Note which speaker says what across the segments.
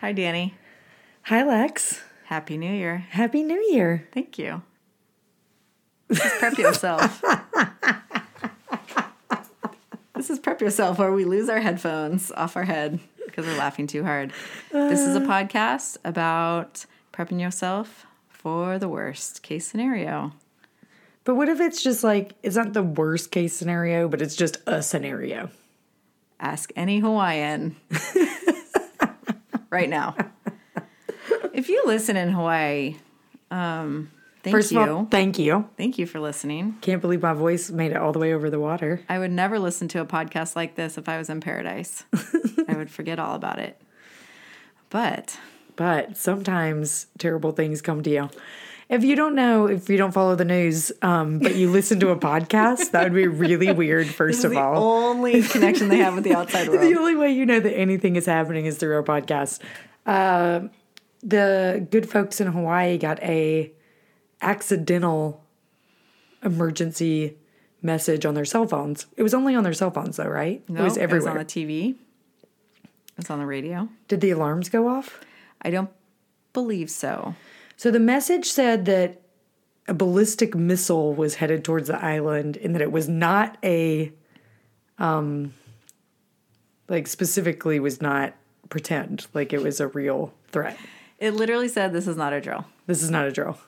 Speaker 1: Hi, Danny.
Speaker 2: Hi, Lex.
Speaker 1: Happy New Year.
Speaker 2: Happy New Year.
Speaker 1: Thank you. Just prep yourself. this is prep yourself where we lose our headphones off our head because we're laughing too hard. This is a podcast about prepping yourself for the worst case scenario.
Speaker 2: But what if it's just like, it's not the worst case scenario, but it's just a scenario?
Speaker 1: Ask any Hawaiian right now. If you listen in Hawaii, um, thank
Speaker 2: First
Speaker 1: you.
Speaker 2: of all, thank you.
Speaker 1: thank you for listening.
Speaker 2: Can't believe my voice made it all the way over the water.
Speaker 1: I would never listen to a podcast like this if I was in paradise. I would forget all about it. But
Speaker 2: But sometimes terrible things come to you. If you don't know, if you don't follow the news, um, but you listen to a podcast, that would be really weird, first of
Speaker 1: the
Speaker 2: all.
Speaker 1: only connection they have with the outside world.
Speaker 2: the only way you know that anything is happening is through our podcast. Uh, the good folks in Hawaii got a accidental emergency message on their cell phones. It was only on their cell phones, though, right?
Speaker 1: No,
Speaker 2: it was everywhere.
Speaker 1: on the TV. It was on the radio.
Speaker 2: Did the alarms go off?
Speaker 1: I don't believe so.
Speaker 2: So the message said that a ballistic missile was headed towards the island and that it was not a um like specifically was not pretend like it was a real threat.
Speaker 1: It literally said, "This is not a drill.
Speaker 2: This is not a drill.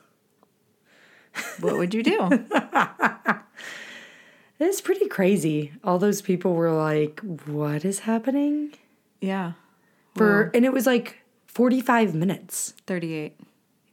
Speaker 1: What would you do?"
Speaker 2: It's pretty crazy. All those people were like, "What is happening?"
Speaker 1: yeah,
Speaker 2: For and it was like 45 minutes,
Speaker 1: thirty-eight.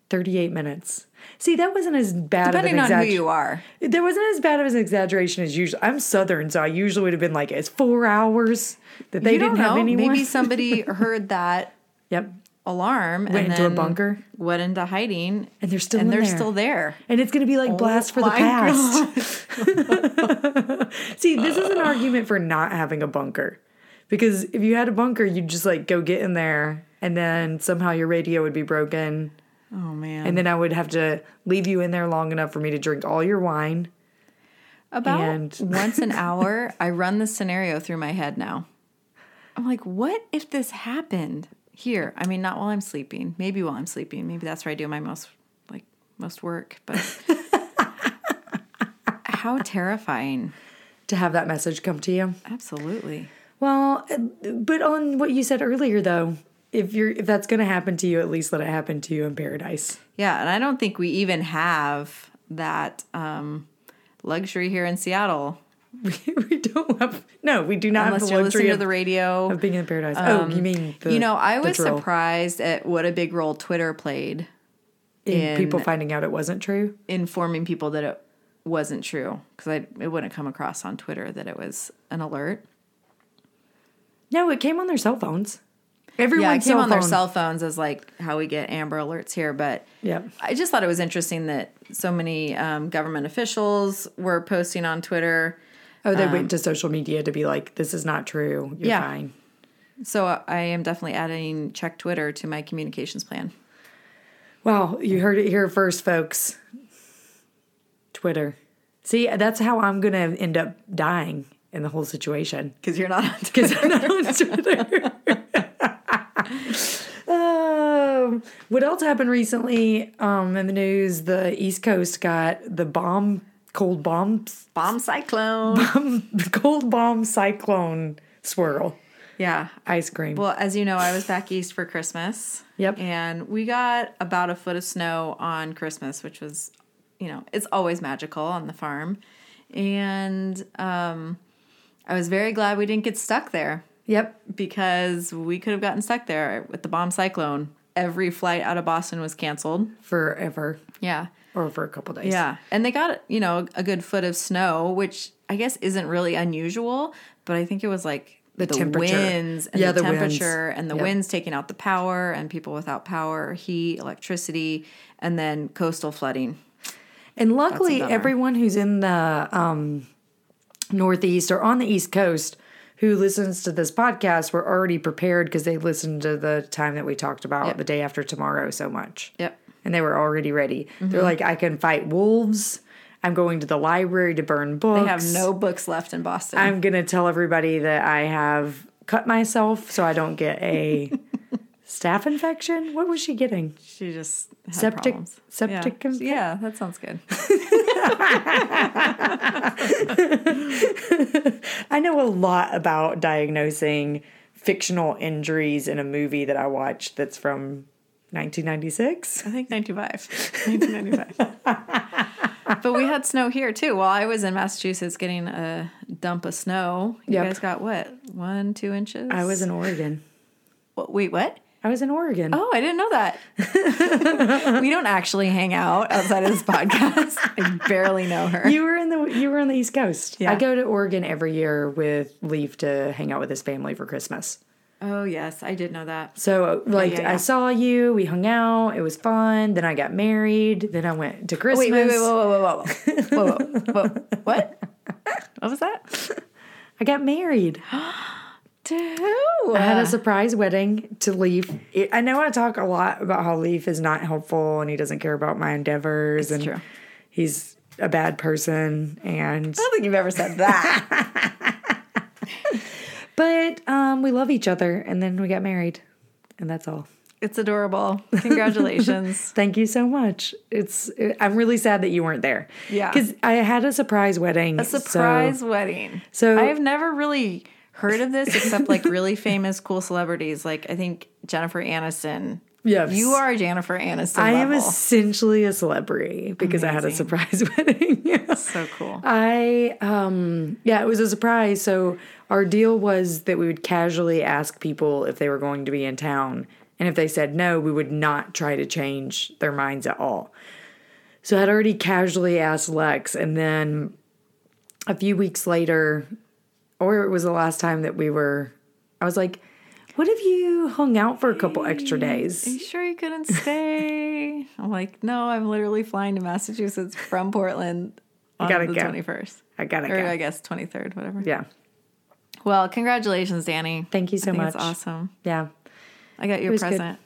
Speaker 2: 38 minutes. See, that wasn't as bad
Speaker 1: Depending
Speaker 2: of an
Speaker 1: on who
Speaker 2: exaggeration.
Speaker 1: you are,
Speaker 2: There wasn't as bad of an exaggeration as usual. I'm Southern, so I usually would have been like, "It's four hours that they
Speaker 1: you
Speaker 2: didn't
Speaker 1: don't know.
Speaker 2: have anyone."
Speaker 1: Maybe somebody heard that
Speaker 2: Yep,
Speaker 1: alarm
Speaker 2: Went
Speaker 1: and
Speaker 2: into a
Speaker 1: then
Speaker 2: bunker?
Speaker 1: went into hiding,
Speaker 2: And they're still
Speaker 1: and
Speaker 2: in
Speaker 1: they're
Speaker 2: there.
Speaker 1: still there.
Speaker 2: and it's gonna be like blast for the
Speaker 1: my
Speaker 2: past. See, this is an argument for not having a bunker, because if you had a bunker, you'd just like go get in there, and then somehow your radio would be broken,
Speaker 1: Oh man!
Speaker 2: and then I would have to leave you in there long enough for me to drink all your wine.
Speaker 1: About
Speaker 2: And-
Speaker 1: once an hour, I run this scenario through my head now. I'm like, what if this happened here? I mean, not while I'm sleeping. Maybe while I'm sleeping. Maybe that's where I do my most like most work. But how terrifying!
Speaker 2: To have that message come to you.
Speaker 1: Absolutely.
Speaker 2: Well, but on what you said earlier though, if you're if that's going to happen to you, at least let it happen to you in paradise.
Speaker 1: Yeah, and I don't think we even have that um, luxury here in Seattle,
Speaker 2: we don't have no, we do not
Speaker 1: unless
Speaker 2: have
Speaker 1: you're
Speaker 2: the
Speaker 1: listening
Speaker 2: luxury
Speaker 1: to
Speaker 2: of,
Speaker 1: the radio.
Speaker 2: of being in paradise. oh, you mean the,
Speaker 1: you know, I
Speaker 2: the
Speaker 1: was
Speaker 2: drill
Speaker 1: surprised at what a big role Twitter played
Speaker 2: in
Speaker 1: in-
Speaker 2: people finding out it wasn't true.
Speaker 1: informing people that it wasn't true because it wouldn't come across on Twitter that it was an alert.
Speaker 2: No, it came on their cell phones.
Speaker 1: Yeah, it
Speaker 2: Everyone's
Speaker 1: came
Speaker 2: cell
Speaker 1: on their
Speaker 2: phone.
Speaker 1: cell phones as like how we get Amber Alerts here, but
Speaker 2: Yep.
Speaker 1: I just thought it was interesting that so many um, government officials were posting on Twitter.
Speaker 2: Oh, they went to social media to be like, "This is not true. You're
Speaker 1: Yeah.
Speaker 2: fine."
Speaker 1: So I am definitely adding check Twitter to my communications plan.
Speaker 2: Well, you heard it here first, folks. Twitter. See, that's how I'm going to end up dying in the whole situation.
Speaker 1: Because you're not on Twitter.
Speaker 2: because I'm not on Twitter. um, what else happened recently um, in the news? The East Coast got the bomb, cold bomb,
Speaker 1: Bomb cyclone.
Speaker 2: cold bomb cyclone swirl
Speaker 1: yeah.
Speaker 2: ice cream.
Speaker 1: Well, as you know, I was back east for Christmas.
Speaker 2: Yep.
Speaker 1: And we got about a foot of snow on Christmas, which was, you know, it's always magical on the farm. And um, I was very glad we didn't get stuck there
Speaker 2: yep.
Speaker 1: because we could have gotten stuck there with the bomb cyclone. Every flight out of Boston was canceled.
Speaker 2: Forever
Speaker 1: Yeah.
Speaker 2: or for a couple days.
Speaker 1: Yeah. And they got, you know, a good foot of snow, which I guess isn't really unusual, but I think it was like the,
Speaker 2: temperature.
Speaker 1: winds and
Speaker 2: Yeah,
Speaker 1: the,
Speaker 2: the winds.
Speaker 1: temperature and the
Speaker 2: Yep.
Speaker 1: winds taking out the power and people without power, heat, electricity, and then coastal flooding.
Speaker 2: And luckily,
Speaker 1: bummer.
Speaker 2: everyone who's in the um, Northeast or on the East Coast who listens to this podcast were already prepared because they listened to the time that we talked about the day after tomorrow so much.
Speaker 1: Yep. Mm-hmm.
Speaker 2: And they were already ready. They're like, I can fight wolves. I'm going to the library to burn books.
Speaker 1: They have no books left in Boston.
Speaker 2: I'm gonna tell everybody that I have cut myself so I don't get a staph infection. What was she getting?
Speaker 1: she just had
Speaker 2: Septic-
Speaker 1: problems.
Speaker 2: septic
Speaker 1: Yeah.
Speaker 2: inf-
Speaker 1: yeah, that sounds good.
Speaker 2: I know a lot about diagnosing fictional injuries in a movie that I watched that's from 1996.
Speaker 1: I think 95. 1995. but we had snow here too. While I was in Massachusetts getting a dump of snow, you
Speaker 2: Yep.
Speaker 1: guys got what? One, two inches?
Speaker 2: I was in Oregon.
Speaker 1: Wha- Wait, what?
Speaker 2: I was in Oregon.
Speaker 1: Oh, I didn't know that. we don't actually hang out outside of this podcast. I barely know her.
Speaker 2: You were in the you were on the East Coast.
Speaker 1: Yeah.
Speaker 2: I go to Oregon every year with Leaf to hang out with his family for Christmas.
Speaker 1: oh, yes, I did know that.
Speaker 2: So like
Speaker 1: yeah, yeah.
Speaker 2: I saw you, we hung out, it was fun. Then I got married. Then I went to Christmas.
Speaker 1: Wait, wait, wait, whoa, whoa, whoa, whoa, whoa, whoa, whoa. What? What was that?
Speaker 2: I got married.
Speaker 1: To
Speaker 2: I had a
Speaker 1: who?
Speaker 2: surprise wedding to Leaf. It- I know I talk a lot about how Leaf is not helpful and he doesn't care about my endeavors and
Speaker 1: true.
Speaker 2: he's a bad person and
Speaker 1: don't think you've ever said that.
Speaker 2: but um we love each other and then we got married. And that's all.
Speaker 1: It's adorable. Congratulations.
Speaker 2: Thank you so much. It's I'm really sad that you weren't there.
Speaker 1: Yeah.
Speaker 2: Cuz I had a surprise wedding.
Speaker 1: A surprise wedding.
Speaker 2: So-
Speaker 1: I've never really heard of this except like really famous cool celebrities. Like I think Jennifer Aniston.
Speaker 2: Yes.
Speaker 1: You are Jennifer Aniston.
Speaker 2: I am
Speaker 1: level.
Speaker 2: essentially a celebrity because I had a surprise wedding. Yes.
Speaker 1: so cool.
Speaker 2: I um yeah, it was a surprise. So our deal was that we would casually ask people if they were going to be in town. And if they said no, we would not try to change their minds at all. So I'd already casually asked Lex and then a few weeks later or it was the last time that we were I was like, "What if you hung out for a couple extra days?"
Speaker 1: Are you sure you couldn't stay? I'm like, no, I'm literally flying to Massachusetts from Portland on
Speaker 2: gotta
Speaker 1: the
Speaker 2: go.
Speaker 1: 21st.
Speaker 2: I got to
Speaker 1: Or I
Speaker 2: go.
Speaker 1: guess 23rd, whatever.
Speaker 2: Yeah.
Speaker 1: Well, congratulations, Danny.
Speaker 2: Thank you
Speaker 1: I
Speaker 2: so
Speaker 1: think
Speaker 2: much.
Speaker 1: It's awesome.
Speaker 2: Yeah.
Speaker 1: I got your
Speaker 2: was good.
Speaker 1: present.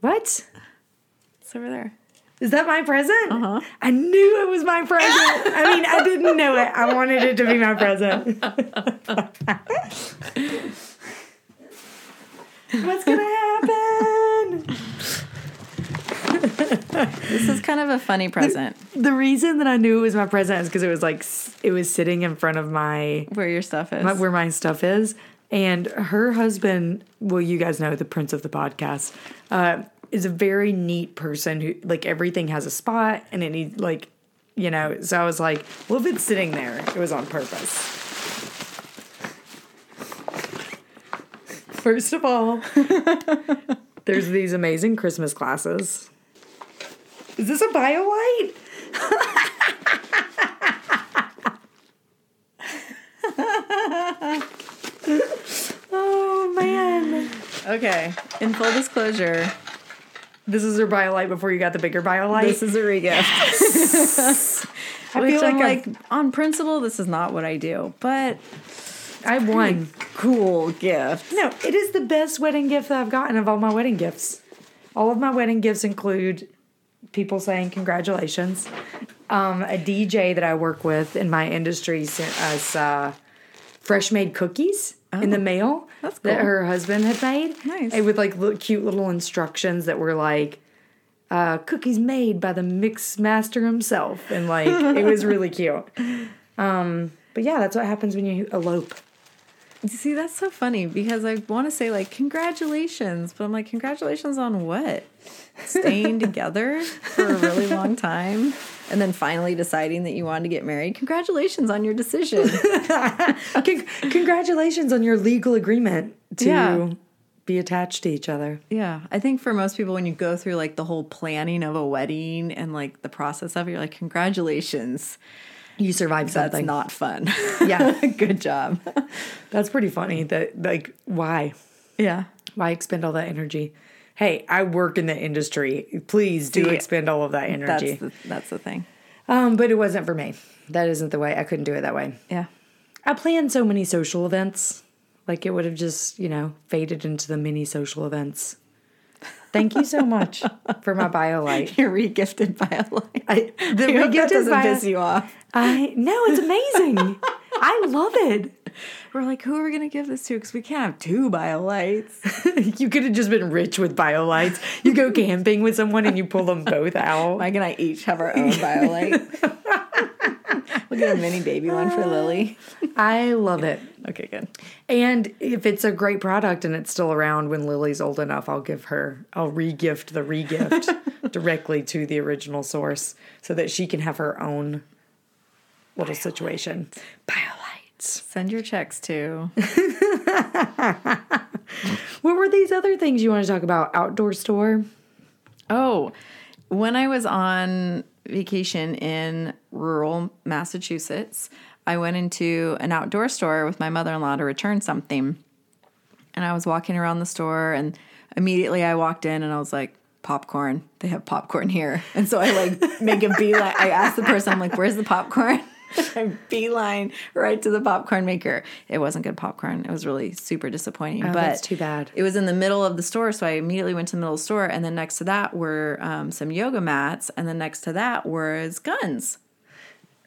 Speaker 2: What?
Speaker 1: It's over there.
Speaker 2: Is that my present? I knew it was my present. I mean, I didn't know it. I wanted it to be my present. What's gonna happen?
Speaker 1: This is kind of a funny present
Speaker 2: The reason that I knew it was my present is because it was like s- it was sitting in front of my
Speaker 1: where your stuff is.
Speaker 2: my- where my stuff is. And her husband, well, you guys know the prince of the podcast, uh, is a very neat person who like everything has a spot and it needs like, you know. So I was like, well, if it's sitting there, it was on purpose. First of all, there's these amazing Christmas glasses. Is this a BioLite? Oh man.
Speaker 1: Okay. In full disclosure,
Speaker 2: This is her BioLite before you got the bigger BioLite.
Speaker 1: this is a regift.
Speaker 2: I
Speaker 1: Which
Speaker 2: feel like
Speaker 1: I'm
Speaker 2: like
Speaker 1: like, on principle, this is not what I do, but
Speaker 2: I won.
Speaker 1: cool gift.
Speaker 2: No, it is the best wedding gift that I've gotten of all my wedding gifts. All of my wedding gifts include people saying congratulations. Um, a DJ that I work with in my industry sent us uh, fresh made cookies in the mail
Speaker 1: Oh, that's
Speaker 2: that
Speaker 1: cool.
Speaker 2: her husband had made.
Speaker 1: Nice.
Speaker 2: And with like little, cute little instructions that were like, uh, cookies made by the mix master himself. And like, it was really cute. Um, but yeah, that's what happens when you elope.
Speaker 1: See, that's so funny because I want to say like congratulations, but I'm like congratulations on what? Staying together for a really long time and then finally deciding that you wanted to get married. Congratulations on your decision.
Speaker 2: Con- congratulations on your legal agreement to
Speaker 1: Yeah.
Speaker 2: be attached to each other.
Speaker 1: yeah, I think for most people when you go through like the whole planning of a wedding and like the process of it, you're like congratulations.
Speaker 2: You survived
Speaker 1: That's
Speaker 2: something.
Speaker 1: not fun.
Speaker 2: Yeah.
Speaker 1: Good job.
Speaker 2: That's pretty funny. That like why
Speaker 1: Yeah.
Speaker 2: why expend all that energy? Hey, I work in the industry. Please do
Speaker 1: See,
Speaker 2: expend all of that
Speaker 1: That's
Speaker 2: energy.
Speaker 1: the, that's the thing.
Speaker 2: um, but it wasn't for me. That isn't the way. I couldn't do it that way.
Speaker 1: Yeah.
Speaker 2: I planned so many social events. Like it would have just, you know, faded into the mini social events. Thank you so much for my bio light.
Speaker 1: You're regifted by a light.
Speaker 2: I, the
Speaker 1: I hope that
Speaker 2: regifted
Speaker 1: doesn't
Speaker 2: bio-
Speaker 1: piss you off.
Speaker 2: I no, it's amazing. I love it.
Speaker 1: We're like, who are we gonna give this to? Because we can't have two bio lights.
Speaker 2: You could have just been rich with bio lights. You go camping with someone and you pull them both out.
Speaker 1: Mike and I each have our own bio light. we'll get a mini baby one for Lily.
Speaker 2: I love it.
Speaker 1: Okay, good.
Speaker 2: And if it's a great product and it's still around when Lily's old enough, I'll give her, I'll regift the regift directly to the original source so that she can have her own little situation. Biolites.
Speaker 1: Send your checks to
Speaker 2: What were these other things you want to talk about? Outdoor store?
Speaker 1: Oh, when I was on vacation in rural Massachusetts, I went into an outdoor store with my mother in law to return something. And I was walking around the store, and immediately I walked in and I was like, popcorn. They have popcorn here. And so I like make a beeline. I asked the person, I'm like, where's the popcorn? I beeline right to the popcorn maker. It wasn't good popcorn. It was really super disappointing. but
Speaker 2: Oh, that's too bad.
Speaker 1: it was in the middle of the store, so I immediately went to the middle of the store, and then next to that were um, some yoga mats, and then next to that was guns,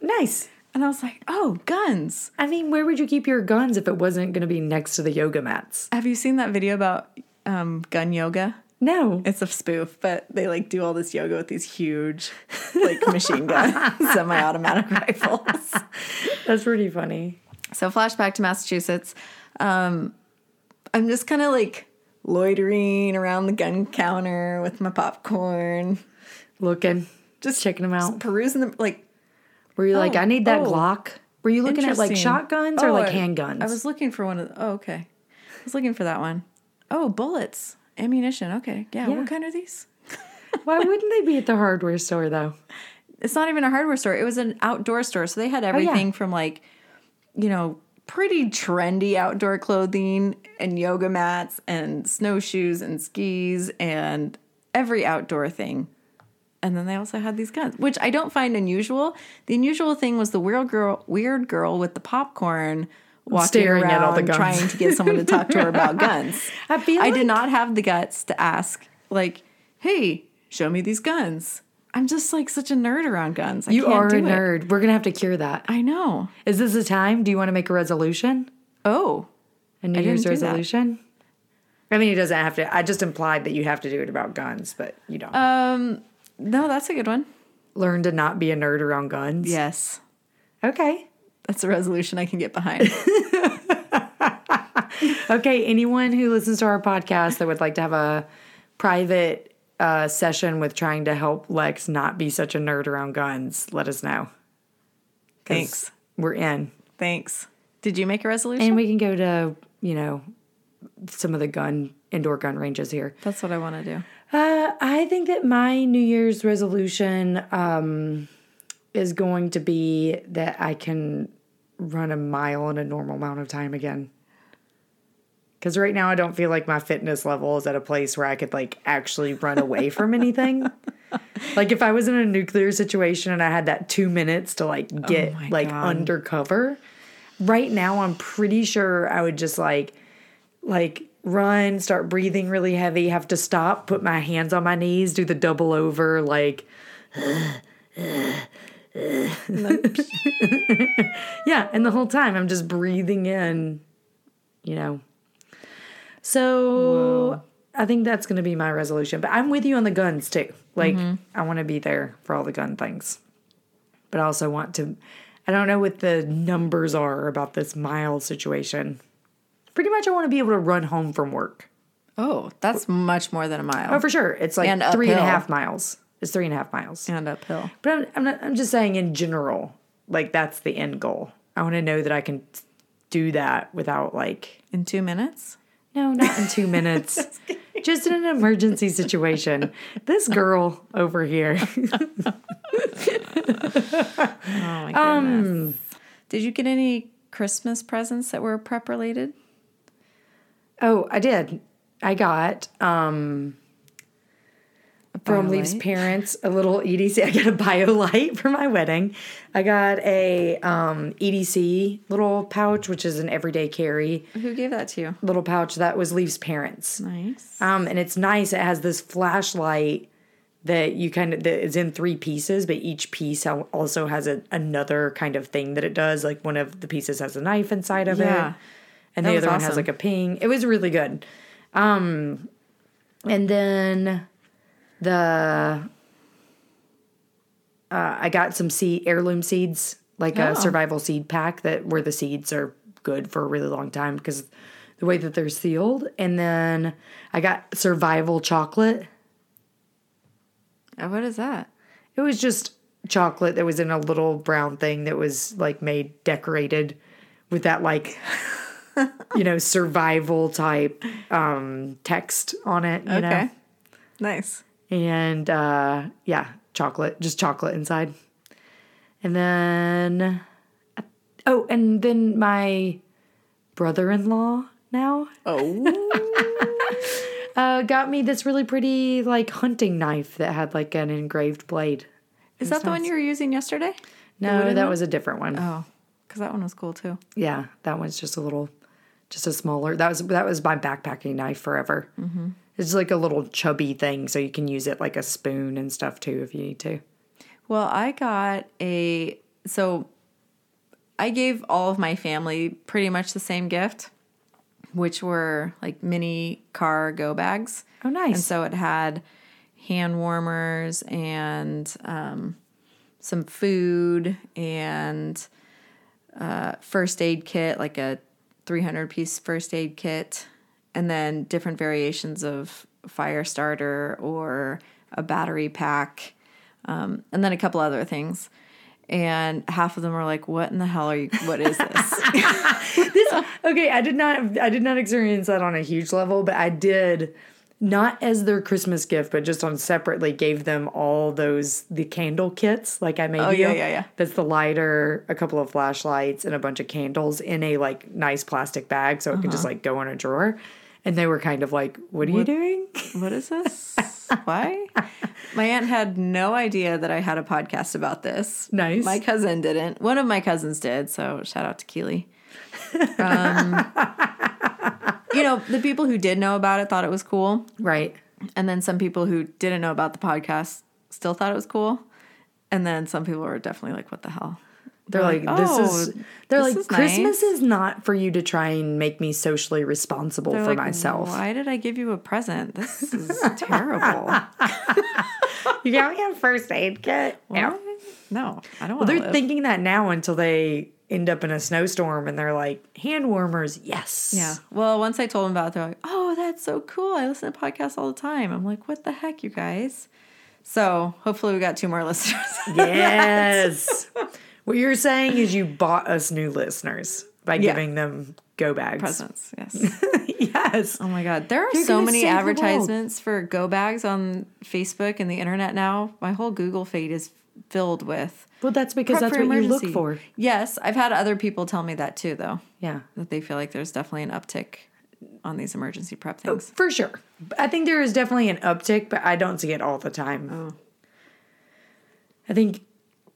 Speaker 2: Nice.
Speaker 1: and I was like, "Oh, guns!
Speaker 2: I mean, where would you keep your guns if it wasn't going to be next to the yoga mats?
Speaker 1: Have you seen that video about um, gun yoga?
Speaker 2: No.
Speaker 1: It's a spoof, but they like do all this yoga with these huge, like machine gun, semi-automatic rifles."
Speaker 2: That's pretty funny.
Speaker 1: So flashback to Massachusetts. Um, I'm just kind of like loitering around the gun counter with my popcorn,
Speaker 2: Looking. Just checking them out.
Speaker 1: perusing the like
Speaker 2: Were you like,
Speaker 1: Oh,
Speaker 2: I need that
Speaker 1: oh.
Speaker 2: Glock? Were you looking at like
Speaker 1: Interesting.
Speaker 2: shotguns or
Speaker 1: Oh,
Speaker 2: like
Speaker 1: I-
Speaker 2: handguns?
Speaker 1: I was looking for one of. Oh, okay. I was looking for that one. Oh, bullets, ammunition. Okay, yeah.
Speaker 2: Yeah.
Speaker 1: What kind are these?
Speaker 2: Why wouldn't they be at the hardware store though?
Speaker 1: It's not even a hardware store. It was an outdoor store, so they had
Speaker 2: Oh,
Speaker 1: everything from like, you know, pretty trendy outdoor clothing and yoga mats and snowshoes and skis and every outdoor thing. And then they also had these guns, which I don't find unusual. The unusual thing was the weird girl, weird girl with the popcorn walking
Speaker 2: Staring
Speaker 1: around
Speaker 2: at all the guns.
Speaker 1: trying to get someone to talk to her about guns.
Speaker 2: I feel
Speaker 1: I
Speaker 2: like-
Speaker 1: did not have the guts to ask, like, "Hey, show me these guns." I'm just like such a nerd around guns. I
Speaker 2: You
Speaker 1: can't
Speaker 2: are a
Speaker 1: do it.
Speaker 2: nerd. We're gonna have to cure that.
Speaker 1: I know.
Speaker 2: Is this a time? Do you want to make a resolution?
Speaker 1: Oh,
Speaker 2: A New
Speaker 1: didn't
Speaker 2: Year's
Speaker 1: do that.
Speaker 2: resolution? I mean, it doesn't have to. I just implied that you have to do it about guns, but you don't.
Speaker 1: um, no, that's a good one.
Speaker 2: Uh, Learn to not be a nerd around guns.
Speaker 1: Yes,
Speaker 2: Okay.
Speaker 1: that's a resolution I can get behind.
Speaker 2: Okay. Anyone who listens to our podcast that would like to have a private uh, session with trying to help Lex not be such a nerd around guns, let us know. 'Cause
Speaker 1: Thanks.
Speaker 2: We're in.
Speaker 1: Thanks. Did you make a resolution?
Speaker 2: And we can go to, you know, some of the gun indoor gun ranges here.
Speaker 1: that's what I want to do.
Speaker 2: Uh, I think that my New Year's resolution um, is going to be that I can run a mile in a normal amount of time again. Because right now I don't feel like my fitness level is at a place where I could like actually run away from anything. like if I was in a nuclear situation and I had that two minutes to like get
Speaker 1: Oh my
Speaker 2: like
Speaker 1: God.
Speaker 2: undercover, right now I'm pretty sure I would just like like run, start breathing really heavy, have to stop, put my hands on my knees, do the double over, like. yeah, and the whole time I'm just breathing in, you know. So I think that's going to be my resolution. But I'm with you on the guns too. Like, I want to be there for all the gun things. But I also want to, I don't know what the numbers are about this mile situation pretty much I want to be able to run home from work.
Speaker 1: Oh, that's much more than a mile
Speaker 2: Oh, for sure. It's like
Speaker 1: And
Speaker 2: three and a
Speaker 1: uphill.
Speaker 2: half miles. It's three and a half miles.
Speaker 1: and uphill.
Speaker 2: But I'm, I'm, not, I'm just saying in general, like that's the end goal. I want to know that I can do that without like,
Speaker 1: In two minutes?
Speaker 2: no, not in two minutes. Just in an emergency situation. This girl over here.
Speaker 1: Oh my goodness. Did you get any Christmas presents that were prep related?
Speaker 2: Oh, I did. I got um
Speaker 1: A
Speaker 2: from Leaf's
Speaker 1: light?
Speaker 2: parents a little EDC. I got a bio light for my wedding. I got a um, EDC little pouch, which is an everyday carry
Speaker 1: Who gave that to you?
Speaker 2: little pouch that was Leaf's parents.
Speaker 1: Nice.
Speaker 2: Um, and it's nice. It has this flashlight that you kind of that is in three pieces, but each piece al- also has a, another kind of thing that it does. Like one of the pieces has a knife inside of
Speaker 1: Yeah.
Speaker 2: it, and
Speaker 1: That
Speaker 2: the
Speaker 1: was
Speaker 2: other one has
Speaker 1: awesome.
Speaker 2: like a ping. It was really good. Um, and then the uh, I got some seed heirloom seeds, like
Speaker 1: Oh.
Speaker 2: a survival seed pack that where the seeds are good for a really long time because the way that they're sealed. And then I got survival chocolate.
Speaker 1: Uh, What is that?
Speaker 2: It was just chocolate that was in a little brown thing that was like made decorated with that like you know survival type um text on it, you know.
Speaker 1: Nice.
Speaker 2: And uh yeah, chocolate, just chocolate inside. And then oh, and then my brother-in-law now
Speaker 1: Oh.
Speaker 2: uh got me this really pretty like hunting knife that had like an engraved blade.
Speaker 1: is that the one you were using yesterday?
Speaker 2: No, that was a different one.
Speaker 1: Oh, because that one was cool too.
Speaker 2: Yeah, that one's just a little, just a smaller. That was that was my backpacking knife forever. Mm-hmm. It's like a little chubby thing, so you can use it like a spoon and stuff too if you need to.
Speaker 1: Well, I got a so I gave all of my family pretty much the same gift, which were like mini car go bags.
Speaker 2: Oh, nice.
Speaker 1: And so it had hand warmers and um, some food and uh, first aid kit, like a 300 piece first aid kit, and then different variations of fire starter or a battery pack, um, and then a couple other things. And half of them were like, "What in the hell are you? What is this?"
Speaker 2: okay, I did not I did not experience that on a huge level, but I did not as their Christmas gift, but just on separately gave them all those the candle kits like I made.
Speaker 1: Oh,
Speaker 2: you.
Speaker 1: yeah, yeah, yeah.
Speaker 2: That's the lighter, a couple of flashlights, and a bunch of candles in a like nice plastic bag, so it could just like go in a drawer. And they were kind of like, "What are you doing?"
Speaker 1: Uh-huh. what is this? Why? My aunt had no idea that I had a podcast about this.
Speaker 2: Nice.
Speaker 1: My cousin didn't. One of my cousins did, so shout out to Keely. Um, you know, the people who did know about it thought it was cool.
Speaker 2: Right.
Speaker 1: And then some people who didn't know about the podcast still thought it was cool. And then some people were definitely like, what the hell?
Speaker 2: They're like,
Speaker 1: like,
Speaker 2: this
Speaker 1: "Oh,
Speaker 2: is. They're
Speaker 1: this
Speaker 2: like,
Speaker 1: is
Speaker 2: Christmas
Speaker 1: nice."
Speaker 2: is not for you to try and make me socially responsible
Speaker 1: They're
Speaker 2: for
Speaker 1: like,
Speaker 2: myself.
Speaker 1: Why did I give you a present? This is terrible.
Speaker 2: You got me a first aid kit. Yeah.
Speaker 1: What? No, I don't want to.
Speaker 2: They're thinking that now until they end up in a snowstorm and they're like, hand warmers, yes.
Speaker 1: Yeah. Well, once I told them about it, they're like, oh, that's so cool. I listen to podcasts all the time. I'm like, what the heck, you guys? So hopefully we got two more listeners.
Speaker 2: Yes. what you're saying is you bought us new listeners by
Speaker 1: Yeah.
Speaker 2: giving them go bags.
Speaker 1: Presents. Yes.
Speaker 2: yes.
Speaker 1: Oh my God. There are
Speaker 2: You're
Speaker 1: so
Speaker 2: gonna
Speaker 1: many
Speaker 2: save the world.
Speaker 1: advertisements for go bags on Facebook and the internet now. My whole Google feed is filled with.
Speaker 2: Well, that's because
Speaker 1: "Prep
Speaker 2: that's
Speaker 1: for
Speaker 2: what you look
Speaker 1: emergency."
Speaker 2: for.
Speaker 1: Yes. I've had other people tell me that too, though,
Speaker 2: Yeah.
Speaker 1: that they feel like there's definitely an uptick on these emergency prep things.
Speaker 2: For sure. I think there is definitely an uptick, but I don't see it all the time. I think,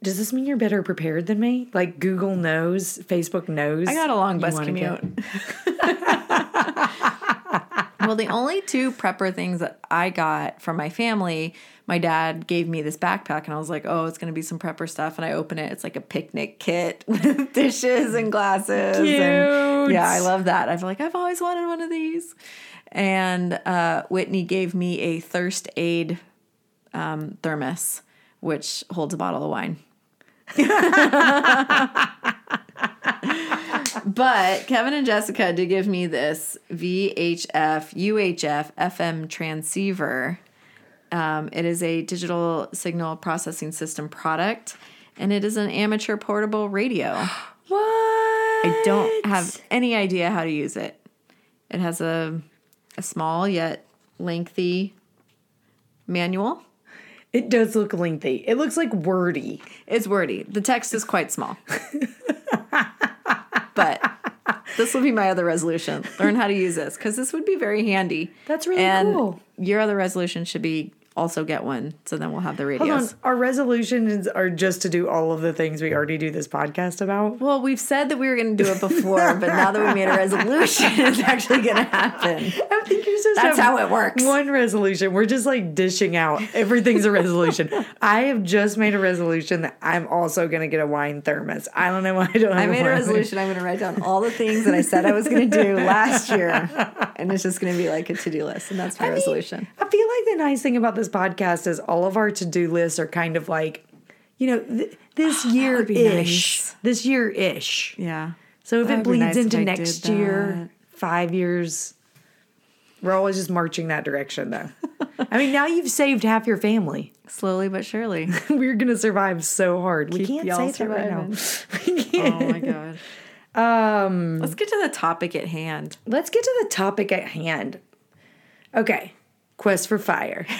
Speaker 2: does this mean you're better prepared than me? Like Google knows, Facebook knows.
Speaker 1: I got a long
Speaker 2: you
Speaker 1: bus
Speaker 2: wanna get-
Speaker 1: commute. well, the only two prepper things that I got from my family, my dad gave me this backpack, and I was like, "Oh, it's going to be some prepper stuff." And I open it; it's like a picnic kit with dishes and glasses. And,
Speaker 2: Cute.
Speaker 1: yeah, I love that. I've like I've always wanted one of these. And uh, Whitney gave me a thirst aid um, thermos, which holds a bottle of wine. But Kevin and Jessica did give me this VHF UHF FM transceiver. Um, it is a digital signal processing system product, and it is an amateur portable radio.
Speaker 2: What?
Speaker 1: I don't have any idea how to use it. It has a a small yet lengthy manual.
Speaker 2: It does look lengthy. It looks like wordy.
Speaker 1: It's wordy. The text is quite small. but this will be my other resolution. Learn how to use this because this would be very handy.
Speaker 2: That's really
Speaker 1: and
Speaker 2: cool.
Speaker 1: Your other resolution should be also get one. So then we'll have the
Speaker 2: Hold
Speaker 1: radios.
Speaker 2: on. Our resolutions are just to do all of the things we already do this podcast about.
Speaker 1: Well, we've said that we were going to do it before, but now that we made a resolution, it's actually going to happen.
Speaker 2: I think you're supposed
Speaker 1: That's
Speaker 2: to
Speaker 1: how
Speaker 2: have
Speaker 1: it works.
Speaker 2: One resolution. We're just like dishing out. Everything's a resolution. I have just made a resolution that I'm also gonna get a wine thermos. I don't know why I don't. Have
Speaker 1: I made a
Speaker 2: wine-
Speaker 1: resolution. I'm going to write down all the things that I said I was going to do last year, and it's just going to be like a to do list, and that's my
Speaker 2: I mean,
Speaker 1: resolution.
Speaker 2: I feel like the nice thing about this podcast is all of our to do lists are kind of like, you know, th- this year
Speaker 1: be
Speaker 2: ish.
Speaker 1: nice.
Speaker 2: This year ish.
Speaker 1: yeah.
Speaker 2: So if
Speaker 1: That
Speaker 2: it
Speaker 1: would be
Speaker 2: bleeds
Speaker 1: nice if
Speaker 2: into
Speaker 1: I did
Speaker 2: next year, five years, we're always just marching that direction, though. I mean, now you've saved half your family.
Speaker 1: Slowly but surely.
Speaker 2: We're gonna survive so hard. we can't
Speaker 1: y'all
Speaker 2: say that right now. We can't.
Speaker 1: Oh my god. Um, Let's get to the topic at hand.
Speaker 2: Let's get to the topic at hand. Okay, quest for fire.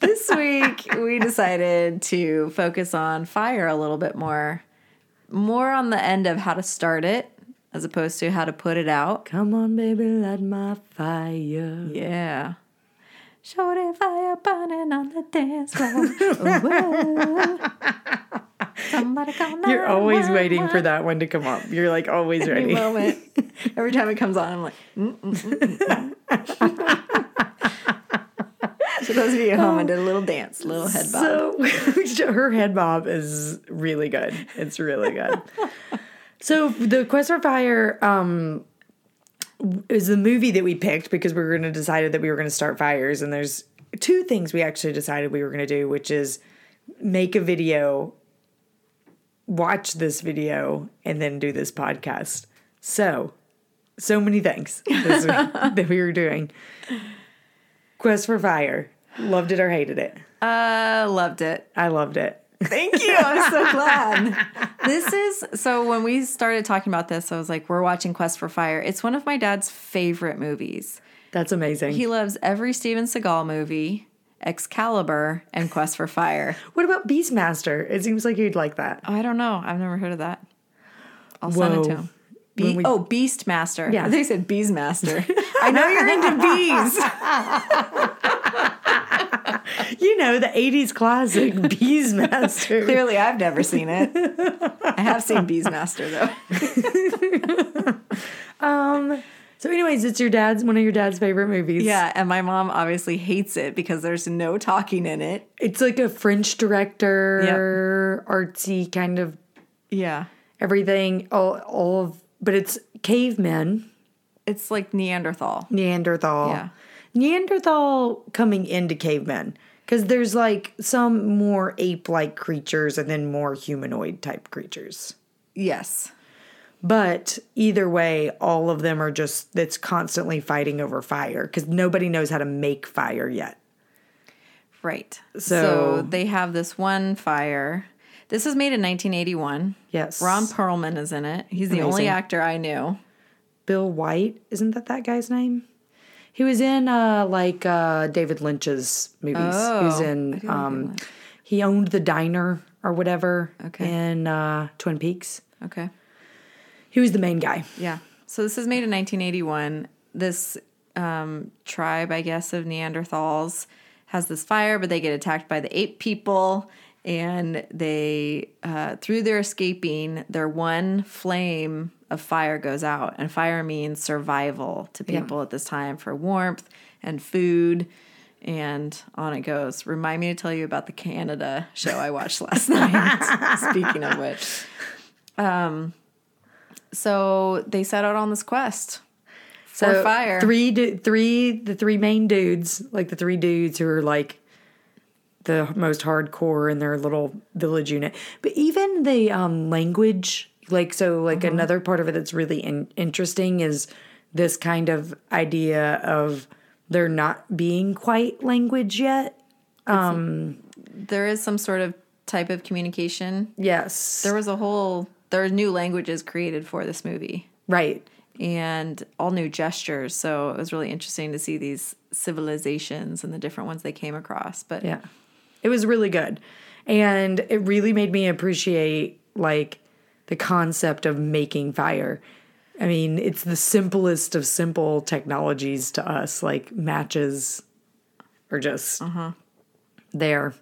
Speaker 1: This week, we decided to focus on fire a little bit more, more on the end of how to start it as opposed to how to put it out.
Speaker 2: Come on, baby, light my fire.
Speaker 1: Yeah. Short and fire burning on the dance floor. Ooh. Somebody call
Speaker 2: You're always
Speaker 1: 911.
Speaker 2: waiting for that one to come up. You're like always
Speaker 1: Any
Speaker 2: ready.
Speaker 1: moment. Every time it comes on, I'm like, mm, mm, mm, mm, mm. So those of you at home, I did a little dance, little head bob.
Speaker 2: So her head bob is really good. It's really good. so the Quest for Fire um, is the movie that we picked because we were going to decided that we were going to start fires, and there's two things we actually decided we were going to do, which is make a video, watch this video, and then do this podcast. So, so many things this week that we were doing. Quest for Fire. Loved it or hated it.
Speaker 1: Uh, loved it.
Speaker 2: I loved it.
Speaker 1: Thank you. I'm so glad. This is so when we started talking about this, I was like, we're watching Quest for Fire. It's one of my dad's favorite movies.
Speaker 2: That's amazing.
Speaker 1: He loves every Steven Seagal movie, Excalibur, and Quest for Fire.
Speaker 2: what about Beastmaster? It seems like you'd like that.
Speaker 1: Oh, I don't know. I've never heard of that. I'll send it to
Speaker 2: Whoa.
Speaker 1: him. Be-
Speaker 2: When we-
Speaker 1: oh, Beastmaster.
Speaker 2: Yeah.
Speaker 1: They said Beesmaster. I know you're into bees.
Speaker 2: You know, the 80s classic Beastmaster.
Speaker 1: Clearly, I've never seen it. I have seen Beesmaster, though.
Speaker 2: So, anyways, it's your dad's, one of your dad's favorite movies.
Speaker 1: Yeah, and my mom obviously hates it because there's no talking in it.
Speaker 2: It's like a French director, artsy kind of
Speaker 1: Yeah.
Speaker 2: everything, all, all of, but it's cavemen,
Speaker 1: It's like Neanderthal.
Speaker 2: Neanderthal.
Speaker 1: Yeah.
Speaker 2: Neanderthal coming into cavemen. Because there's like some more ape like creatures and then more humanoid type creatures.
Speaker 1: Yes.
Speaker 2: But either way, all of them are just it's constantly fighting over fire because nobody knows how to make fire yet.
Speaker 1: Right.
Speaker 2: So-
Speaker 1: they have this one fire. This was made in 1981.
Speaker 2: Yes,
Speaker 1: Ron Perlman is in it. He's the only
Speaker 2: Amazing.
Speaker 1: actor I knew.
Speaker 2: Bill White isn't that that guy's name? He was in uh like uh David Lynch's movies. he was
Speaker 1: Oh, I
Speaker 2: in
Speaker 1: do like David
Speaker 2: um
Speaker 1: Lynch.
Speaker 2: he owned the diner or whatever
Speaker 1: Okay.
Speaker 2: in uh Twin Peaks.
Speaker 1: Okay.
Speaker 2: He was the main guy.
Speaker 1: Yeah. So this is made in 1981. This um, tribe, I guess, of Neanderthals has this fire, but they get attacked by the ape people. And they, uh, through their escaping, their one flame of fire goes out. And fire means survival to people at this time for warmth and food. And on it goes. Remind me to tell you about the Canada show I watched last night. Speaking of which. So they set out on this quest for
Speaker 2: So
Speaker 1: fire.
Speaker 2: Three, du- three, the three main dudes, like the three dudes who are like the most hardcore in their little village unit. But even the um, language, like so, like another part of it that's really in- interesting is this kind of idea of there not being quite language yet.
Speaker 1: there is some sort of type of communication.
Speaker 2: Yes,
Speaker 1: There was a whole there are new languages created for this movie
Speaker 2: right.
Speaker 1: and all new gestures. So it was really interesting to see these civilizations and the different ones they came across. But
Speaker 2: Yeah. It was really good. And it really made me appreciate like the concept of making fire. I mean, it's the simplest of simple technologies to us, like matches are just there.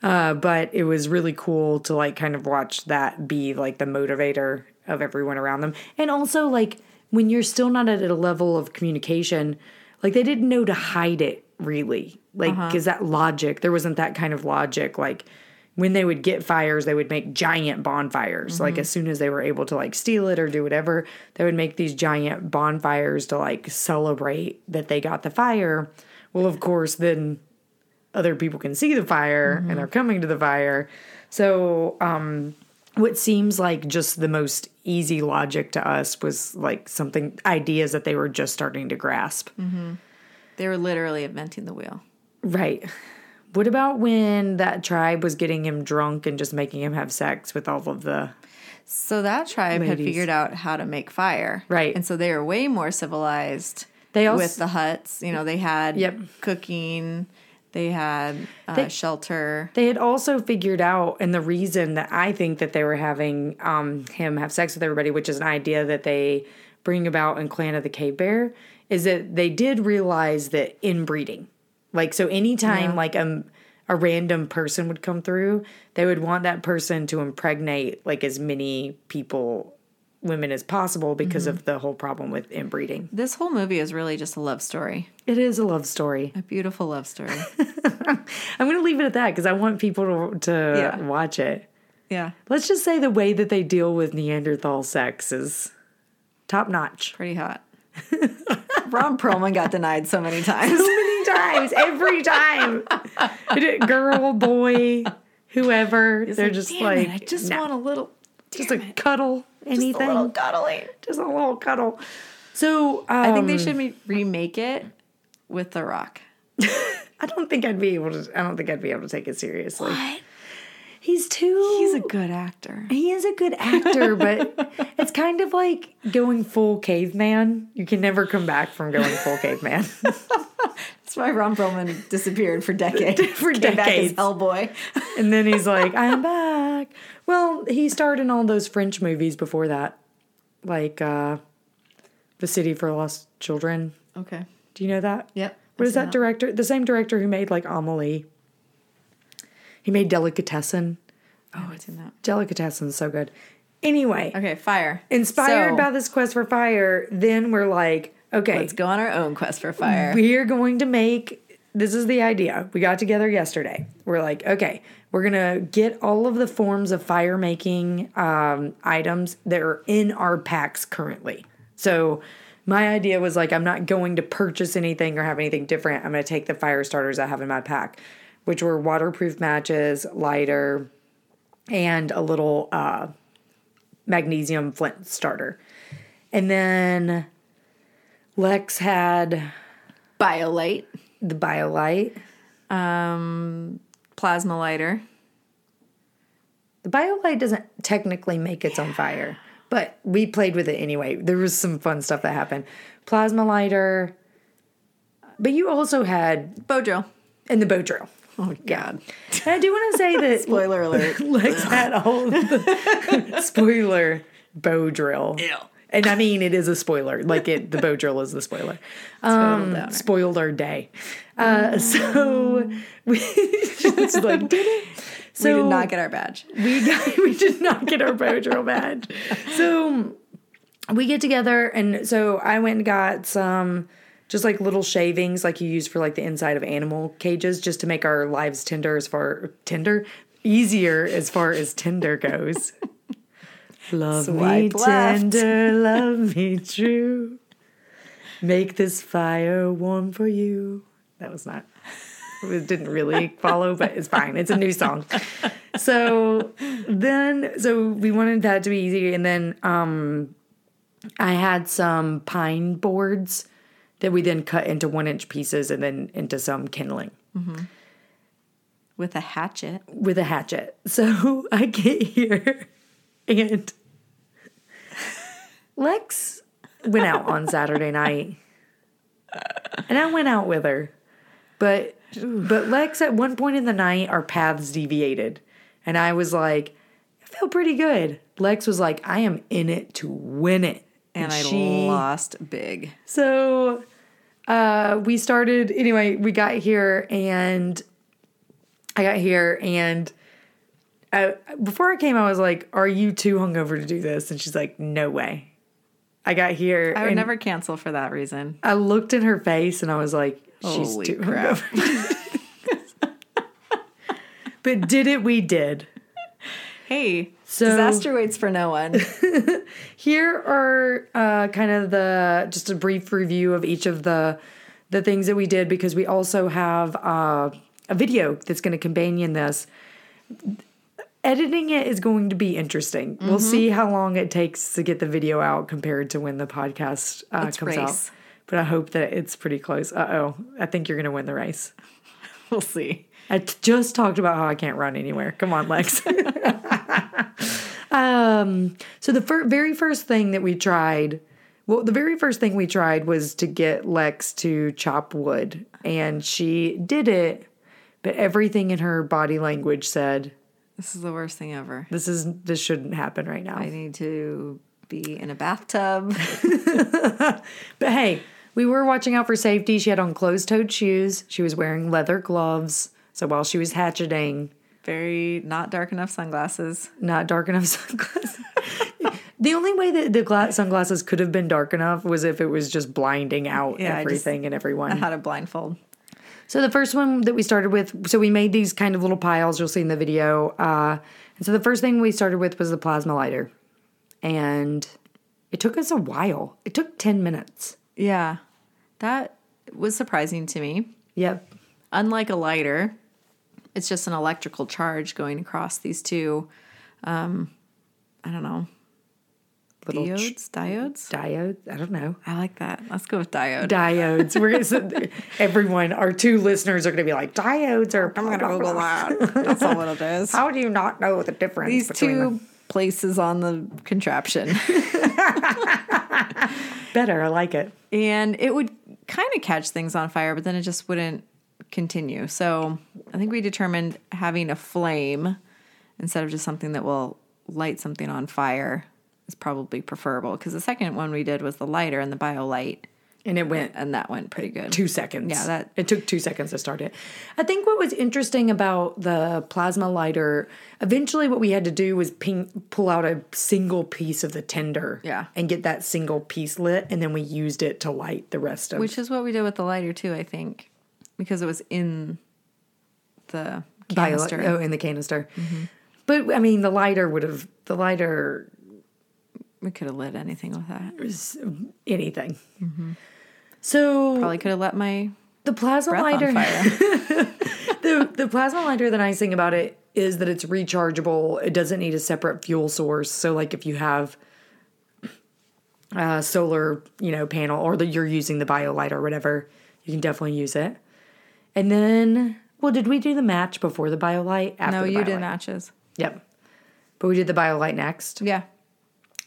Speaker 2: Uh, but it was really cool to like kind of watch that be like the motivator of everyone around them. And also like when you're still not at a level of communication, like they didn't know to hide it really. Like cuz that logic, there wasn't that kind of logic like when they would get fires, they would make giant bonfires. Like as soon as they were able to like steal it or do whatever, they would make these giant bonfires to like celebrate that they got the fire. Well, of course, then other people can see the fire and they're coming to the fire. So, um, what seems like just the most easy logic to us was like something ideas that they were just starting to grasp.
Speaker 1: They were literally inventing the wheel.
Speaker 2: Right. What about when that tribe was getting him drunk and just making him have sex with all of the
Speaker 1: So that tribe had
Speaker 2: Ladies.
Speaker 1: figured out how to make fire.
Speaker 2: Right.
Speaker 1: And so they were way more civilized
Speaker 2: They als-
Speaker 1: with the huts. You know, they had
Speaker 2: Yep.
Speaker 1: cooking, they had uh, shelter.
Speaker 2: They had also figured out, and the reason that I think that they were having um, him have sex with everybody, which is an idea that they bring about in Clan of the Cave Bear, is that they did realize that inbreeding, like so, anytime like um, a random person would come through, they would want that person to impregnate like as many people, women as possible, because of the whole problem with inbreeding.
Speaker 1: This whole movie is really just a love story,
Speaker 2: It is a love story.
Speaker 1: a beautiful love story.
Speaker 2: I'm gonna leave it at that because I want people to to
Speaker 1: Yeah.
Speaker 2: watch it.
Speaker 1: yeah.
Speaker 2: Let's just say the way that they deal with Neanderthal sex is top notch.
Speaker 1: Pretty hot. Ron Perlman got denied so many times.
Speaker 2: So many times, every time. Girl, boy, whoever. they're
Speaker 1: like,
Speaker 2: just
Speaker 1: "Damn
Speaker 2: like,
Speaker 1: it, I just
Speaker 2: nah,
Speaker 1: want a little,
Speaker 2: just a cuddle, anything.
Speaker 1: just a little cuddling.
Speaker 2: cuddle. So um,
Speaker 1: I think they should re- remake it with The Rock.
Speaker 2: I don't think I'd be able to. I don't think I'd be able to take it seriously.
Speaker 1: What?
Speaker 2: He's too.
Speaker 1: He's a good actor.
Speaker 2: he is a good actor, but it's kind of like going full caveman. You can never come back from going full caveman.
Speaker 1: That's why Ron Perlman disappeared for decades.
Speaker 2: For
Speaker 1: Came back as
Speaker 2: decades.
Speaker 1: Hellboy.
Speaker 2: And then he's like, I'm back. Well, he starred in all those French movies before that, like uh, The City for Lost Children.
Speaker 1: Okay.
Speaker 2: Do you know that?
Speaker 1: Yep.
Speaker 2: What is
Speaker 1: I've seen
Speaker 2: that director? The same director who made like Amelie. He made Delicatessen.
Speaker 1: Oh, it's in that.
Speaker 2: Delicatessen's so good. Anyway,
Speaker 1: Okay, fire.
Speaker 2: inspired
Speaker 1: So,
Speaker 2: by this quest for fire, then we're like, okay,
Speaker 1: Let's go on our own quest for fire.
Speaker 2: we're going to make this is the idea we got together yesterday we're like okay we're gonna get all of the forms of fire making um, items that are in our packs currently so my idea was like i'm not going to purchase anything or have anything different i'm gonna take the fire starters i have in my pack which were waterproof matches lighter and a little uh, magnesium flint starter and then lex had
Speaker 1: Biolite,
Speaker 2: the BioLite.
Speaker 1: um, plasma lighter.
Speaker 2: The BioLite doesn't technically make its own fire, but we played with it anyway. There was some fun stuff that happened. Plasma lighter. But you also had
Speaker 1: Bow drill.
Speaker 2: and the bow drill.
Speaker 1: Oh, God.
Speaker 2: And I do want to say that
Speaker 1: Spoiler alert.
Speaker 2: Lex had all the spoiler bow drill.
Speaker 1: Ew.
Speaker 2: And I mean, it is a spoiler. Like it, the bow drill is the spoiler. Um,
Speaker 1: downer.
Speaker 2: spoiled our day.
Speaker 1: Mm.
Speaker 2: Uh, so we it's like did it. So
Speaker 1: we did not get our badge.
Speaker 2: we got, we did not get our bow drill badge. So we get together, and so I went and got some just like little shavings, like you use for like the inside of animal cages, just to make our lives tender as far tender easier as far as tender goes. Love
Speaker 1: Swipe
Speaker 2: me
Speaker 1: left.
Speaker 2: tender, love me true. Make this fire warm for you. That was not. It didn't really follow, but it's fine. It's a new song. So then, so we wanted that to be easy, and then um, I had some pine boards that we then cut into one inch pieces and then into some kindling
Speaker 1: With a hatchet.
Speaker 2: with a hatchet. So I get here and Lex went out on Saturday night. And I went out with her. But but Lex at one point in the night our paths deviated. And I was like, I feel pretty good. Lex was like, I am in it to win it.
Speaker 1: And I
Speaker 2: she-
Speaker 1: lost big.
Speaker 2: So uh, we started anyway. We got here and I got here and I, before I came, I was like, "Are you too hungover to do this?" And she's like, "No way." I got here.
Speaker 1: I would
Speaker 2: and
Speaker 1: never cancel for that reason.
Speaker 2: I looked in her face and I was like, "She's
Speaker 1: Holy
Speaker 2: too
Speaker 1: crap.
Speaker 2: hungover." but did it? We did.
Speaker 1: Hey,
Speaker 2: So-
Speaker 1: disaster waits for no one.
Speaker 2: Here are uh, kind of the just a brief review of each of the the things that we did because we also have uh, a video that's going to companion this. Editing it is going to be interesting. We'll see how long it takes to get the video out compared to when the podcast uh,
Speaker 1: Let's
Speaker 2: comes
Speaker 1: race.
Speaker 2: out. But I hope that it's pretty close. Uh oh, I think you're going to win the race.
Speaker 1: we'll see.
Speaker 2: I t- just talked about how I can't run anywhere. Come on, Lex. um, so the fir- very first thing that we tried, well, the very first thing we tried was to get Lex to chop wood, and she did it, but everything in her body language said,
Speaker 1: This is the worst thing ever.
Speaker 2: "This is this shouldn't happen right now."
Speaker 1: I need to be in a bathtub.
Speaker 2: But hey, we were watching out for safety. She had on closed-toed shoes. She was wearing leather gloves. So while she was hatcheting,
Speaker 1: Very not dark enough sunglasses.
Speaker 2: not dark enough sunglasses. the only way that the gla- sunglasses could have been dark enough was if it was just blinding out
Speaker 1: Yeah, I just-
Speaker 2: everything and
Speaker 1: I
Speaker 2: everyone.
Speaker 1: had a blindfold.
Speaker 2: So the first one that we started with, so we made these kind of little piles you'll see in the video. Uh, and so the first thing we started with was the plasma lighter, and it took us a while. It took ten minutes.
Speaker 1: Yeah. That was surprising to me.
Speaker 2: Yep.
Speaker 1: Unlike a lighter, it's just an electrical charge going across these two, um, I don't know,
Speaker 2: Little
Speaker 1: diodes?
Speaker 2: ch-
Speaker 1: diodes?
Speaker 2: diode. I don't know.
Speaker 1: I like that. Let's go with diode.
Speaker 2: Diodes. We're gonna, so everyone. Our two listeners are going to be like, diodes are. I'm
Speaker 1: that. That's all what it is.
Speaker 2: How do you not know the difference?
Speaker 1: These
Speaker 2: between
Speaker 1: two places on the contraption.
Speaker 2: them? better. I like it.
Speaker 1: and it would kind of catch things on fire, but then it just wouldn't continue. So I think we determined having a flame instead of just something that will light something on fire is probably preferable because the second one we did was the lighter and the biolite,
Speaker 2: And it went
Speaker 1: and that went pretty good.
Speaker 2: two seconds.
Speaker 1: Yeah, that-
Speaker 2: it took two seconds to start it. I think what was interesting about the plasma lighter, eventually what we had to do was ping, pull out a single piece of the tinder,
Speaker 1: Yeah.
Speaker 2: and get that single piece lit, and then we used it to light the rest of.
Speaker 1: Which is what we did with the lighter too, I think, because it was in the
Speaker 2: bio-
Speaker 1: canister. Mm-hmm.
Speaker 2: oh, in the canister. But I mean, the lighter would have the lighter
Speaker 1: We could have lit anything with that.
Speaker 2: anything.
Speaker 1: Mm-hmm.
Speaker 2: So
Speaker 1: Probably could have let my
Speaker 2: the plasma
Speaker 1: breath
Speaker 2: lighter.
Speaker 1: on fire.
Speaker 2: the the plasma lighter, the nice thing about it is that it's rechargeable. It doesn't need a separate fuel source. So like if you have a solar, you know, panel or that you're using the bio light or whatever, you can definitely use it. And then well, did we do the match before the bio light? After
Speaker 1: no,
Speaker 2: the
Speaker 1: you
Speaker 2: bio
Speaker 1: did
Speaker 2: light?
Speaker 1: matches.
Speaker 2: Yep. But we did the bio light next.
Speaker 1: Yeah.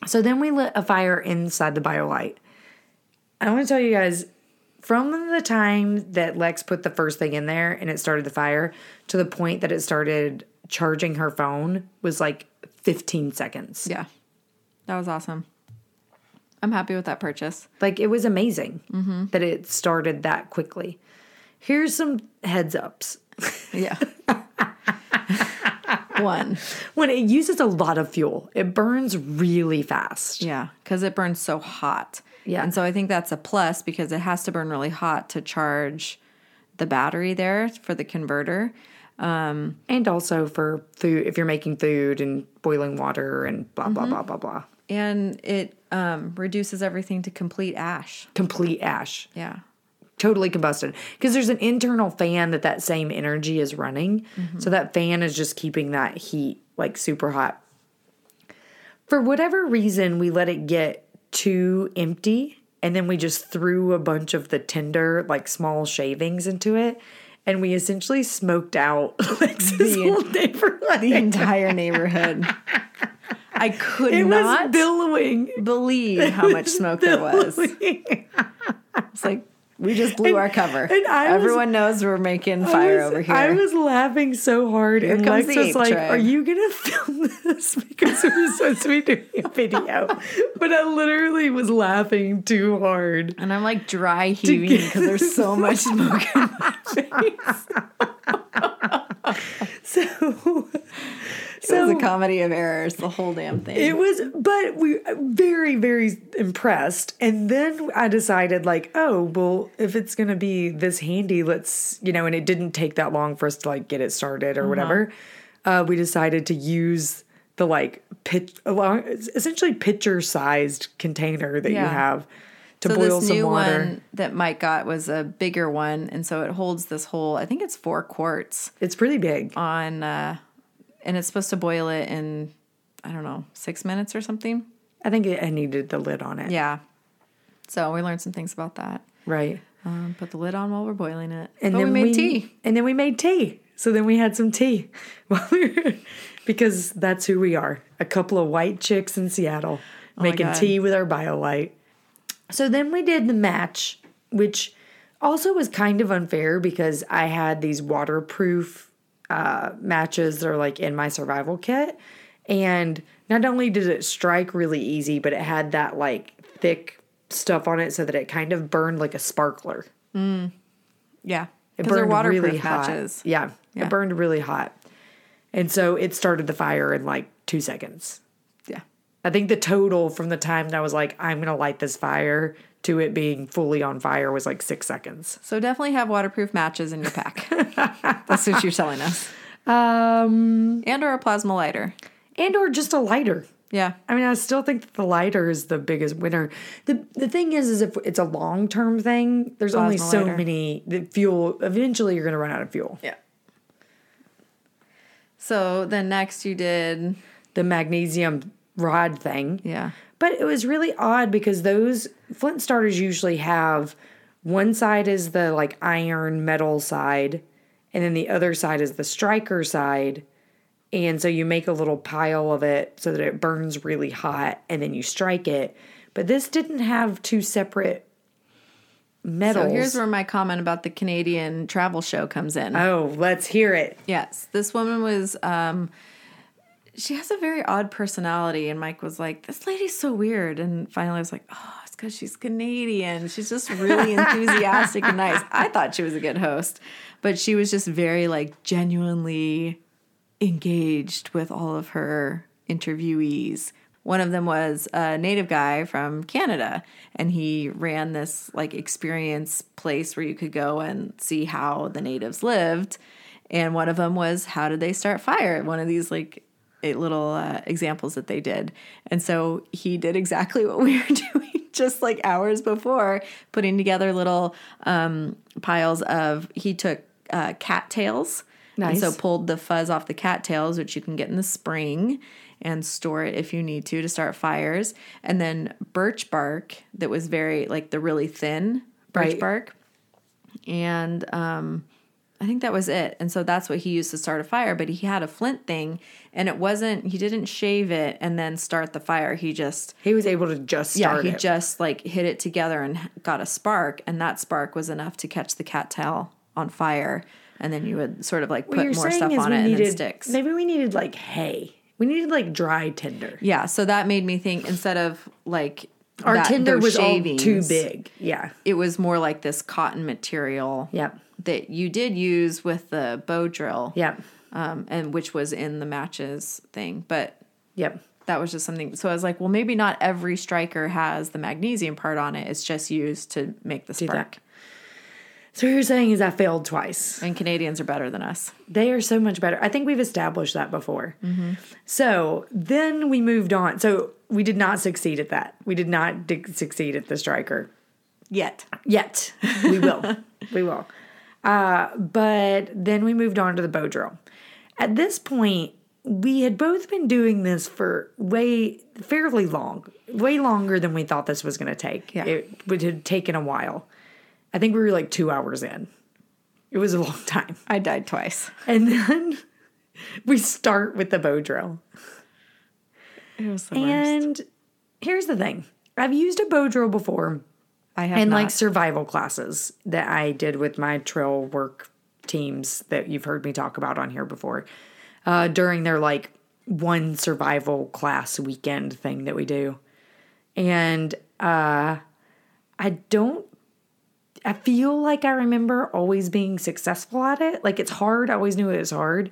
Speaker 2: So then we lit a fire inside the BioLite. I want to tell you guys from the time that Lex put the first thing in there and it started the fire to the point that it started charging her phone was like 15 seconds.
Speaker 1: Yeah. That was awesome. I'm happy with that purchase.
Speaker 2: Like it was amazing that it started that quickly. Here's some heads ups.
Speaker 1: Yeah. One.
Speaker 2: When it uses a lot of fuel, it burns really fast.
Speaker 1: Yeah. Because it burns so hot.
Speaker 2: Yeah.
Speaker 1: And so I think that's a plus because it has to burn really hot to charge the battery there for the converter.
Speaker 2: And also for food, if you're making food and boiling water and blah, blah, blah, blah, blah.
Speaker 1: And it um, reduces everything to complete ash.
Speaker 2: Complete ash.
Speaker 1: Yeah.
Speaker 2: totally combusted because there's an internal fan that that same energy is running so that fan is just keeping that heat like super hot for whatever reason we let it get too empty and then we just threw a bunch of the tinder like small shavings into it and we essentially smoked out Alexis
Speaker 1: The-
Speaker 2: whole neighborhood.
Speaker 1: The entire neighborhood. I could
Speaker 2: it was
Speaker 1: not
Speaker 2: billowing.
Speaker 1: believe how much smoke there was. It's like We just blew our cover.
Speaker 2: and I was-
Speaker 1: Everyone knows we're making fire
Speaker 2: I was,
Speaker 1: over here.
Speaker 2: I was laughing so hard, and
Speaker 1: comes
Speaker 2: Lex
Speaker 1: the
Speaker 2: was
Speaker 1: ape
Speaker 2: like,
Speaker 1: tribe.
Speaker 2: "Are you gonna film this?" Because we were supposed to be doing a video, but I literally was laughing too hard.
Speaker 1: and I'm like dry heaving because there's so much smoke.
Speaker 2: So,
Speaker 1: it was
Speaker 2: so
Speaker 1: a comedy of errors, the whole damn thing.
Speaker 2: it was, but we very, very impressed. And then I decided, like, oh well, if it's gonna be this handy, let's you know. And it didn't take that long for us to like get it started or
Speaker 1: Uh-huh.
Speaker 2: whatever. Uh, we decided to use the like pitch along essentially pitcher sized container that you
Speaker 1: Yeah.
Speaker 2: have to
Speaker 1: so
Speaker 2: boil
Speaker 1: this
Speaker 2: some
Speaker 1: new
Speaker 2: water.
Speaker 1: one that Mike got was a bigger one, and so it holds this whole. I think it's four quarts
Speaker 2: It's pretty big.
Speaker 1: on, uh, and it's supposed to boil it in, I don't know, six minutes or something.
Speaker 2: I think it, I needed the lid on it.
Speaker 1: Yeah. So we learned some things about that.
Speaker 2: Right.
Speaker 1: Um, put the lid on while we're boiling it.
Speaker 2: and
Speaker 1: but
Speaker 2: then
Speaker 1: we made tea.
Speaker 2: And then we made tea. So then we had some tea while we were, because that's who we are. A couple of white chicks in Seattle making
Speaker 1: Oh God.
Speaker 2: tea with our BioLite. So then we did the match, which also was kind of unfair because I had these waterproof uh, matches that are like in my survival kit. And not only did it strike really easy, but it had that like thick stuff on it so that it kind of burned like a sparkler.
Speaker 1: Yeah.
Speaker 2: It
Speaker 1: Because they're
Speaker 2: burned
Speaker 1: waterproof
Speaker 2: really hot.
Speaker 1: matches.
Speaker 2: Yeah,
Speaker 1: Yeah.
Speaker 2: it burned really hot, and so it started the fire in like two seconds.
Speaker 1: Yeah.
Speaker 2: I think the total from the time that I was like, "I'm gonna light this fire" to it being fully on fire was like six seconds.
Speaker 1: So definitely have waterproof matches in your pack. That's what you're telling us.
Speaker 2: Um,
Speaker 1: And or a plasma lighter.
Speaker 2: and or just a lighter.
Speaker 1: Yeah.
Speaker 2: I mean, I still think that the lighter is the biggest winner. the The thing is, is if it's a long term thing, there's only
Speaker 1: Plasma
Speaker 2: so
Speaker 1: lighter.
Speaker 2: many the fuel. Eventually, you're gonna run out of fuel.
Speaker 1: Yeah. So then next you did
Speaker 2: The magnesium rod thing.
Speaker 1: yeah.
Speaker 2: But it was really odd because those flint starters usually have one side is the like iron metal side, and then the other side is the striker side. And so you make a little pile of it so that it burns really hot and then you strike it. But this didn't have two separate metals.
Speaker 1: So here's where my comment about the Canadian travel show comes in.
Speaker 2: oh, let's hear it.
Speaker 1: Yes, this woman was. Um, she has a very odd personality, and Mike was like, "This lady's so weird." And finally, I was like, "Oh, it's because she's Canadian. She's just really enthusiastic and nice." I thought she was a good host, but she was just very like genuinely engaged with all of her interviewees. One of them was a native guy from Canada, and he ran this like experience place where you could go and see how the natives lived. And one of them was how did they start fire? One of these like eh, little uh, examples that they did. And so he did exactly what we were doing just like hours before, putting together little um, piles of. He took uh, cattails. And so
Speaker 2: Nice.
Speaker 1: pulled the fuzz off the cattails, which you can get in the spring and store it if you need to to start fires. And then birch bark that was very like the really thin birch
Speaker 2: Right.
Speaker 1: bark. And um I think that was it. And so that's what he used to start a fire, but he had a flint thing and it wasn't he didn't shave it and then start the fire. He just
Speaker 2: He was able to just start
Speaker 1: yeah, he
Speaker 2: it.
Speaker 1: just like hit it together and h- got a spark, and that spark was enough to catch the cattail on fire. And then you would sort of like put
Speaker 2: What you're
Speaker 1: more
Speaker 2: saying
Speaker 1: stuff
Speaker 2: is
Speaker 1: on
Speaker 2: we
Speaker 1: it and
Speaker 2: needed-
Speaker 1: it sticks.
Speaker 2: Maybe we needed like hay. We needed like dry tinder.
Speaker 1: yeah, so that made me think instead of like
Speaker 2: Our
Speaker 1: that-
Speaker 2: tinder
Speaker 1: those
Speaker 2: was all too
Speaker 1: shavings,
Speaker 2: big. Yeah.
Speaker 1: It was more like this cotton material
Speaker 2: Yep.
Speaker 1: that you did use with the bow drill,
Speaker 2: Yep.
Speaker 1: um, and which was in the matches thing, but
Speaker 2: Yep.
Speaker 1: that was just something. So I was like, well, maybe not every striker has the magnesium part on it. It's just used to make the
Speaker 2: that.
Speaker 1: spark.
Speaker 2: So what you're saying is I failed twice.
Speaker 1: And Canadians are better than us.
Speaker 2: They are so much better. I think we've established that before. So then we moved on. So we did not succeed at that. We did not di- succeed at the striker
Speaker 1: Yet.
Speaker 2: yet. We will. we will. Uh, but then we moved on to the bow drill. At this point, we had both been doing this for way fairly long, way longer than we thought this was going to take.
Speaker 1: Yeah.
Speaker 2: It would have taken a while. I think we were like two hours in. It was a long time.
Speaker 1: I died twice.
Speaker 2: And then we start with the bow drill.
Speaker 1: It was the
Speaker 2: And here's the thing I've used a bow drill before.
Speaker 1: I have
Speaker 2: and
Speaker 1: not.
Speaker 2: like survival classes that I did with my trail work teams that you've heard me talk about on here before uh, during their like one survival class weekend thing that we do. And uh, I don't, I feel like I remember always being successful at it. Like it's hard. I always knew it was hard,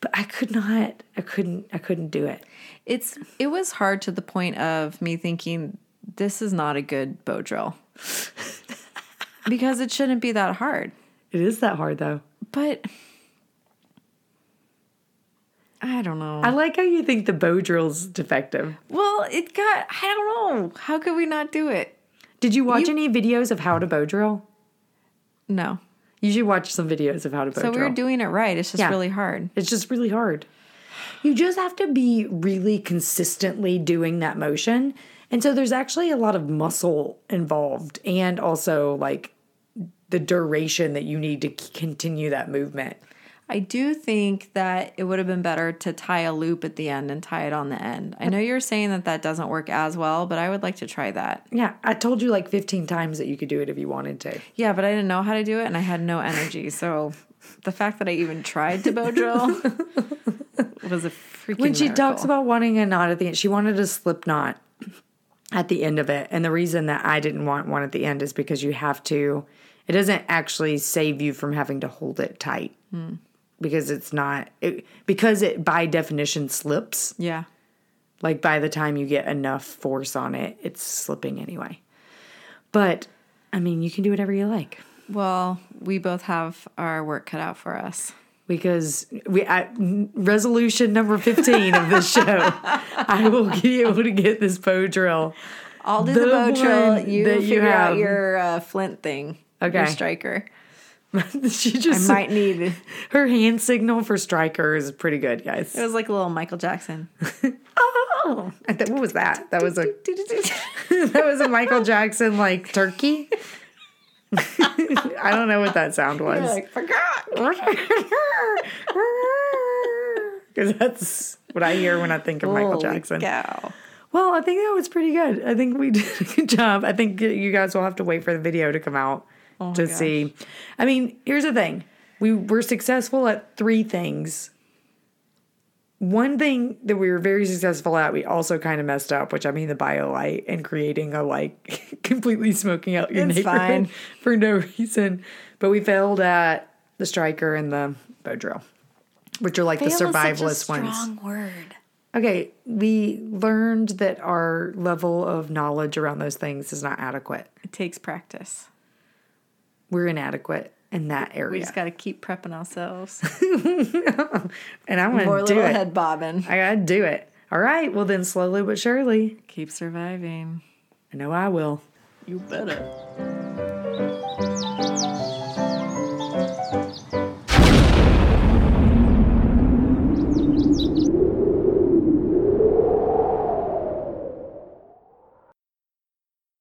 Speaker 2: but I could not, I couldn't, I couldn't do it.
Speaker 1: it's it was hard to the point of me thinking this is not a good bow drill because it shouldn't be that hard.
Speaker 2: It is that hard though.
Speaker 1: But I don't know.
Speaker 2: I like how you think the bow drill's defective.
Speaker 1: well, it got I don't know. How could we not do it?
Speaker 2: Did you watch any videos of how to bow drill?
Speaker 1: No.
Speaker 2: You should watch some videos of how to bow
Speaker 1: So we
Speaker 2: drill.
Speaker 1: were doing it right. It's just
Speaker 2: Yeah.
Speaker 1: really hard.
Speaker 2: it's just really hard. You just have to be really consistently doing that motion. And so there's actually a lot of muscle involved and also like the duration that you need to c- continue that movement.
Speaker 1: I do think that it would have been better to tie a loop at the end and tie it on the end. I know you're saying that that doesn't work as well, but I would like to try that.
Speaker 2: Yeah, I told you like 15 times that you could do it if you wanted to.
Speaker 1: Yeah, but I didn't know how to do it and I had no energy. So the fact that I even tried to bow drill was a freaking
Speaker 2: when she
Speaker 1: miracle.
Speaker 2: talks about wanting a knot at the end, she wanted a slip knot at the end of it. And the reason that I didn't want one at the end is because you have to, it doesn't actually save you from having to hold it tight because it's not, it, because it by definition slips.
Speaker 1: Yeah.
Speaker 2: Like by the time you get enough force on it, it's slipping anyway. But I mean, you can do whatever you like
Speaker 1: Well, we both have our work cut out for us.
Speaker 2: because we I, resolution number 15 of this show i will be able to get this bow drill
Speaker 1: I'll do the,
Speaker 2: The
Speaker 1: bow drill.
Speaker 2: one
Speaker 1: You
Speaker 2: that you
Speaker 1: figure out
Speaker 2: have.
Speaker 1: your uh, flint thing. Your
Speaker 2: Okay.
Speaker 1: striker.
Speaker 2: she
Speaker 1: I
Speaker 2: just
Speaker 1: might need. It
Speaker 2: her hand signal for striker is pretty good guys
Speaker 1: was like a little Michael Jackson.
Speaker 2: oh I thought- what was that that was a that was a michael jackson like turkey i don't know what that sound was
Speaker 1: like forgot.
Speaker 2: because that's what i hear when i think of michael jackson
Speaker 1: Cow.
Speaker 2: Well, I think that was pretty good. I think we did a good job. I think you guys will have to wait for the video to come out to
Speaker 1: Oh gosh.
Speaker 2: see. I mean, here's the thing. We were successful at three things. One thing that we were very successful at, we also kind of messed up, which I mean the biolite and creating a like completely smoking out your
Speaker 1: It's
Speaker 2: neighborhood
Speaker 1: fine.
Speaker 2: for no reason. But we failed at the striker and the bow drill, which are like the survivalist ones.
Speaker 1: word.
Speaker 2: Okay, we learned that our level of knowledge around those things is not adequate.
Speaker 1: It takes practice.
Speaker 2: We're inadequate in that
Speaker 1: We
Speaker 2: area.
Speaker 1: just got to keep prepping ourselves.
Speaker 2: and I'm
Speaker 1: More
Speaker 2: going to do
Speaker 1: little
Speaker 2: it.
Speaker 1: head bobbing.
Speaker 2: I got to do it. All right, well, then slowly but surely,
Speaker 1: Keep surviving.
Speaker 2: I know I will.
Speaker 1: You better.